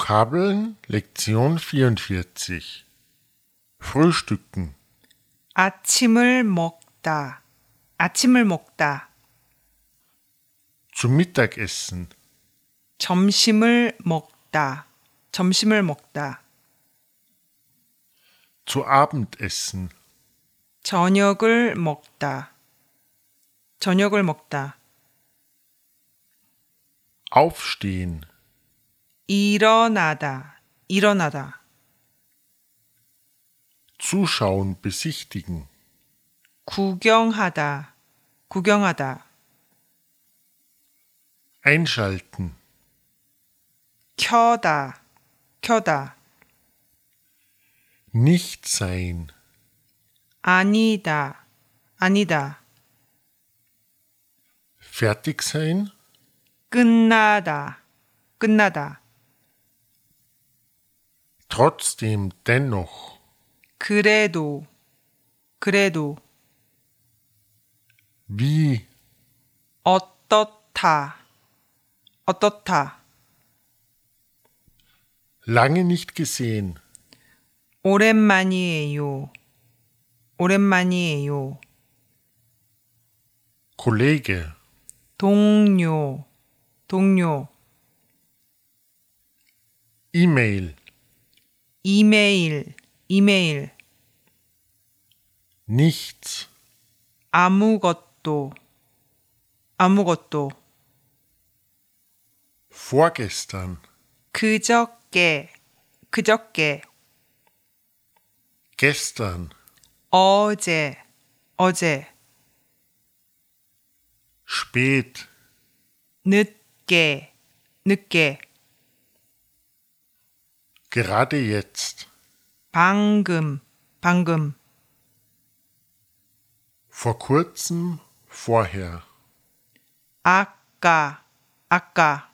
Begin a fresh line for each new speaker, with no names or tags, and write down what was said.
Vokabeln Lektion 44 Frühstücken
아침을 먹다. 아침을 먹다.
zum Mittagessen
점심을 먹다. 점심을 먹다.
zu Abendessen
저녁을 먹다. 저녁을 먹다.
Aufstehen
일어나다. 일어나다.
zuschauen besichtigen
구경하다. 구경하다.
einschalten
켜다. 켜다.
nicht sein
아니다. 아니다.
fertig sein
끝나다. 끝나다.
trotzdem dennoch
그래도. 그래도.
wie
어떻다. 어떻다.
lange nicht gesehen
오랜만이에요. 오랜만이에요.
Kollege
동료. 동료.
E-Mail
이메일. 이메일.
nichts
아무것도. 아무것도.
vorgestern
그저께. 그저께.
gestern
어제. 어제.
spät
늦게. 늦게.
gerade jetzt
방금. 방금.
Vor kurzem, vorher.
아까. 아까.